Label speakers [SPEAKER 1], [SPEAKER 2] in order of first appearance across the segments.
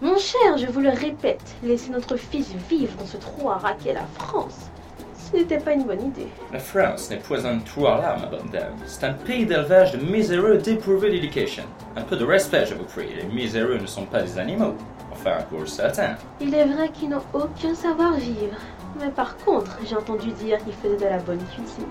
[SPEAKER 1] Mon cher, je vous le répète, laisser notre fils vivre dans ce trou à raquer la France, ce n'était pas une bonne idée.
[SPEAKER 2] La France n'est point un trou à là, ma bonne dame. C'est un pays d'élevage de miséreux dépourvus d'éducation. Un peu de respect, je vous prie. Les miséreux ne sont pas des animaux. Enfin, pour certains.
[SPEAKER 1] Il est vrai qu'ils n'ont aucun savoir-vivre. Mais par contre, j'ai entendu dire qu'ils faisaient de la bonne cuisine.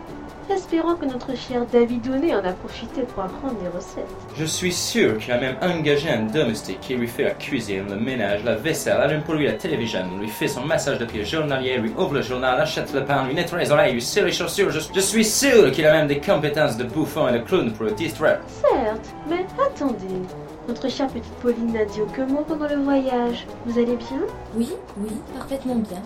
[SPEAKER 1] Espérons que notre cher David Donnet en a profité pour apprendre des recettes.
[SPEAKER 2] Je suis sûr qu'il a même engagé un domestique qui lui fait la cuisine, le ménage, la vaisselle, allume pour lui la télévision, lui fait son massage de pied journalier, lui ouvre le journal, achète le pain, lui nettoie les oreilles, lui serre les chaussures. Je, je suis sûr qu'il a même des compétences de bouffon et de clown pour le distraire.
[SPEAKER 1] Certes, mais attendez. Notre chère petite Pauline n'a dit aucun mot pendant le voyage. Vous allez bien
[SPEAKER 3] Oui, oui, parfaitement bien.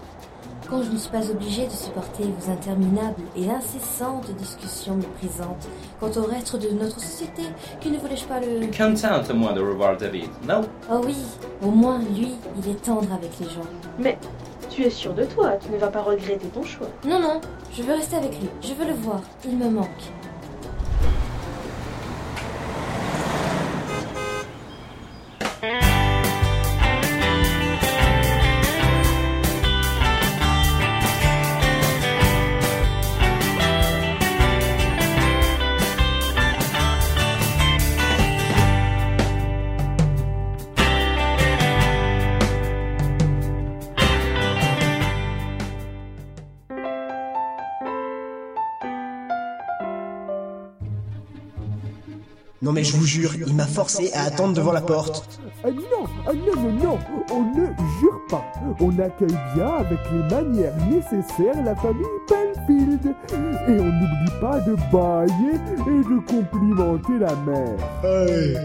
[SPEAKER 3] Quand je ne suis pas obligée de supporter vos interminables et incessantes discussions méprisantes quant au reste de notre société, que ne voulais-je pas le...
[SPEAKER 2] Contente moi de revoir David, non
[SPEAKER 3] Oh oui, au moins lui, il est tendre avec les gens.
[SPEAKER 1] Mais tu es sûre de toi, tu ne vas pas regretter ton choix.
[SPEAKER 3] Non, non, je veux rester avec lui, je veux le voir, il me manque.
[SPEAKER 4] Non mais je vous jure, il m'a forcé à attendre devant la porte.
[SPEAKER 5] Ah non, ah non, non, non, on ne jure pas. On accueille bien avec les manières nécessaires la famille Belfield. Et on n'oublie pas de bailler et de complimenter la mère.
[SPEAKER 4] Hey,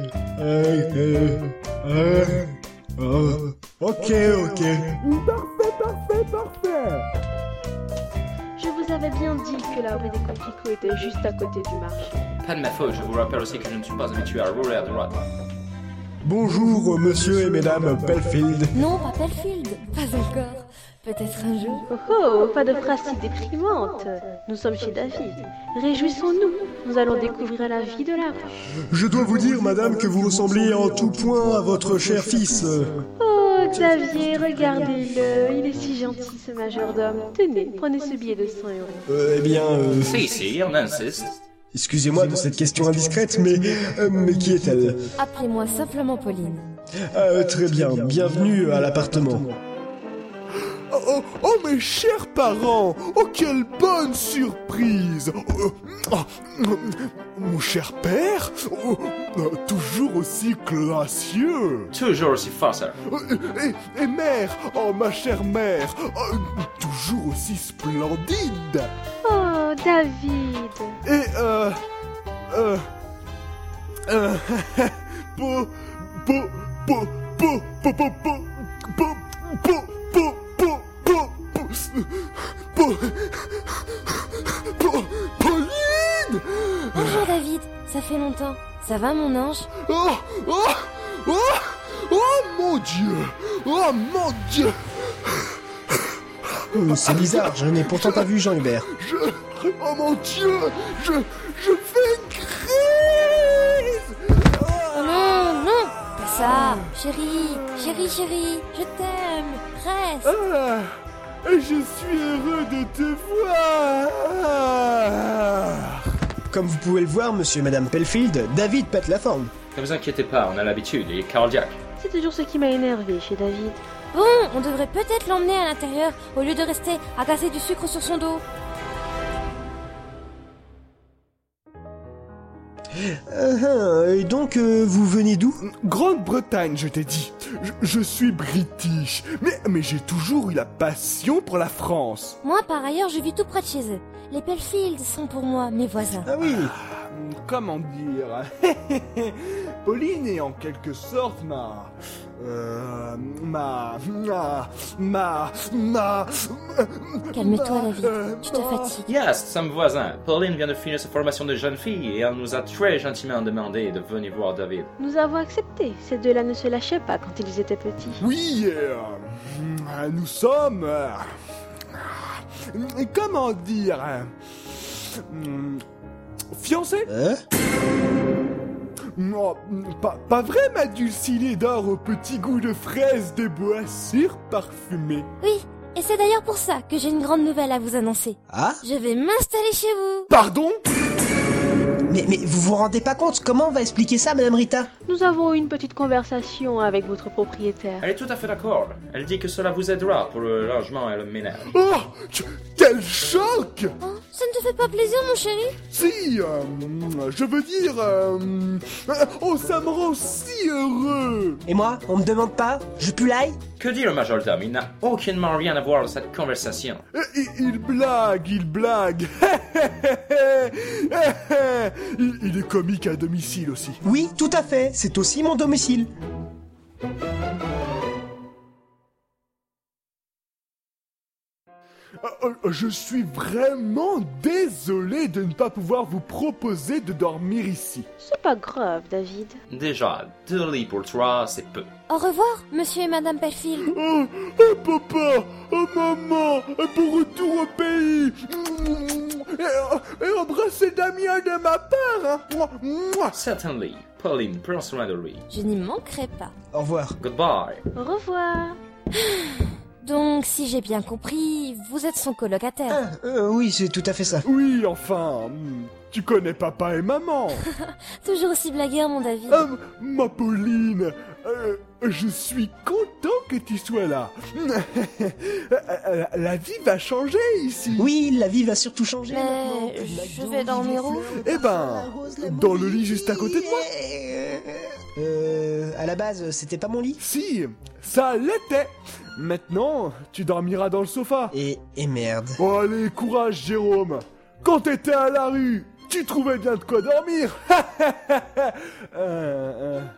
[SPEAKER 4] hey, hey, hey. Oh, ok, ok.
[SPEAKER 5] Parfait, parfait, parfait.
[SPEAKER 1] Je vous avais bien dit que la rue des Complicots était juste à côté du marché.
[SPEAKER 2] Pas de ma faute, je vous rappelle aussi que je ne suis pas habitué à rouler à droite.
[SPEAKER 4] Bonjour monsieur et mesdames Pelfield.
[SPEAKER 3] Non, pas Belfield, pas encore. Peut-être un jour.
[SPEAKER 1] Oh oh, pas de phrase si déprimante. Nous sommes chez David. Réjouissons-nous. Nous allons découvrir la vie de l'arbre.
[SPEAKER 4] Je dois vous dire madame que vous ressemblez en tout point à votre cher fils. Euh,
[SPEAKER 1] Oh, Xavier, regardez-le. Il est si gentil, ce majordome. Tenez, prenez ce billet de 100 euros.
[SPEAKER 4] Euh, eh bien... euh,
[SPEAKER 2] Si, si, on insiste.
[SPEAKER 4] Excusez-moi de cette question indiscrète, mais... euh, mais qui est-elle
[SPEAKER 3] Appelez-moi simplement Pauline.
[SPEAKER 4] Euh, Très bien, bienvenue à l'appartement.
[SPEAKER 5] Oh, oh, oh, mes chers parents Oh, quelle bonne surprise Euh, ah, Mon cher père oh, euh, Toujours aussi classieux
[SPEAKER 2] Toujours aussi farceur.
[SPEAKER 5] Euh, et, et mère Oh, ma chère mère oh, Toujours aussi splendide
[SPEAKER 1] Oh, David.
[SPEAKER 5] Et, euh... Euh... euh po... Po... Po... Po... Po... Po... Po... Po... Po... Po... Po... Po... Po... Po... Po... Pauline
[SPEAKER 3] Bonjour David, ça fait longtemps. Ça va mon ange
[SPEAKER 5] Oh Oh Oh Oh mon dieu Oh mon dieu
[SPEAKER 4] Euh, C'est bizarre, je n'ai pourtant pas vu Jean-Hubert.
[SPEAKER 5] Je... Oh mon dieu Je... Je fais une crise
[SPEAKER 3] Oh non, non Oh. Pas ça Chérie, chérie, chérie, je t'aime Reste
[SPEAKER 5] Ah, je suis heureux de te voir.
[SPEAKER 4] Comme vous pouvez le voir, monsieur et madame Pelfield, David pète la forme.
[SPEAKER 2] Ne vous inquiétez pas, on a l'habitude, il est cardiaque.
[SPEAKER 1] C'est toujours ce qui m'a énervé chez David.
[SPEAKER 3] Bon, on devrait peut-être l'emmener à l'intérieur au lieu de rester à casser du sucre sur son dos.
[SPEAKER 6] Ah,
[SPEAKER 4] Euh, euh, et donc, euh, vous venez d'où
[SPEAKER 5] Grande-Bretagne, je t'ai dit. Je, je suis british, mais, mais j'ai toujours eu la passion pour la France.
[SPEAKER 3] Moi, par ailleurs, je vis tout près de chez eux. Les Belfields sont pour moi mes voisins.
[SPEAKER 4] Ah oui,
[SPEAKER 5] Comment dire Pauline est en quelque sorte ma... euh, ma... ma... ma... ma...
[SPEAKER 3] Calme-toi, David.
[SPEAKER 5] euh,
[SPEAKER 3] Tu te fatigues.
[SPEAKER 2] Yes, sommes voisins. Pauline vient de finir sa formation de jeune fille et elle nous a très gentiment demandé de venir voir David.
[SPEAKER 1] Nous avons accepté. Ces deux-là ne se lâchaient pas quand ils étaient petits.
[SPEAKER 5] Oui, euh, euh, nous sommes. euh, euh, comment dire euh, hmm, Fiancés
[SPEAKER 4] Hein
[SPEAKER 5] Non, pas, pas vrai, ma dulcinée d'or au petit goût de fraise des bois surparfumés.
[SPEAKER 3] Oui, et c'est d'ailleurs pour ça que j'ai une grande nouvelle à vous annoncer.
[SPEAKER 6] Ah
[SPEAKER 3] Je vais m'installer chez vous.
[SPEAKER 5] Pardon
[SPEAKER 6] mais, mais vous vous rendez pas compte Comment on va expliquer ça, Madame Rita
[SPEAKER 1] Nous avons eu une petite conversation avec votre propriétaire.
[SPEAKER 2] Elle est tout à fait d'accord. Elle dit que cela vous aidera pour le logement et le ménage.
[SPEAKER 5] Oh que- Quel choc
[SPEAKER 3] Oh, ça ne te fait pas plaisir, mon chéri
[SPEAKER 5] Si, euh, je veux dire... euh, oh, ça me rend si heureux
[SPEAKER 6] Et moi, on me demande pas Je pulaille
[SPEAKER 2] Que dit le majordome Il n'a aucunement rien à voir dans cette conversation.
[SPEAKER 5] Il, il blague, il blague. il, il est comique à domicile aussi.
[SPEAKER 6] Oui, tout à fait, c'est aussi mon domicile.
[SPEAKER 5] Euh, euh, Je suis vraiment désolé de ne pas pouvoir vous proposer de dormir ici.
[SPEAKER 1] C'est pas grave, David.
[SPEAKER 2] Déjà, deux lits pour trois, c'est peu.
[SPEAKER 3] Au revoir, monsieur et madame Perfield.
[SPEAKER 5] Oh, oh, papa, oh maman, bon retour au pays. Et, et embrassez Damien de ma part. hein.
[SPEAKER 2] Certainly. Pauline, prends soin de lui.
[SPEAKER 3] Je n'y manquerai pas.
[SPEAKER 6] Au revoir.
[SPEAKER 2] Goodbye.
[SPEAKER 1] Au revoir.
[SPEAKER 3] Donc, si j'ai bien compris, vous êtes son colocataire.
[SPEAKER 6] Ah, euh, oui, c'est tout à fait ça.
[SPEAKER 5] Oui, enfin, hmm, tu connais papa et maman.
[SPEAKER 3] Toujours aussi blagueur, mon David.
[SPEAKER 5] Ah, ma Pauline, euh, je suis content que tu sois là. La- La vie va changer ici.
[SPEAKER 6] Oui, la vie va surtout changer.
[SPEAKER 3] Mais
[SPEAKER 6] maintenant.
[SPEAKER 3] je vais dormir où
[SPEAKER 5] Eh ben, dans le lit juste à côté de moi.
[SPEAKER 6] Euh, à la base, c'était pas mon lit
[SPEAKER 5] Si, ça l'était. Maintenant, tu dormiras dans le sofa.
[SPEAKER 6] Et, et merde.
[SPEAKER 5] Oh, allez, courage, Jérôme. Quand t'étais à la rue, tu trouvais bien de quoi dormir. Euh, euh.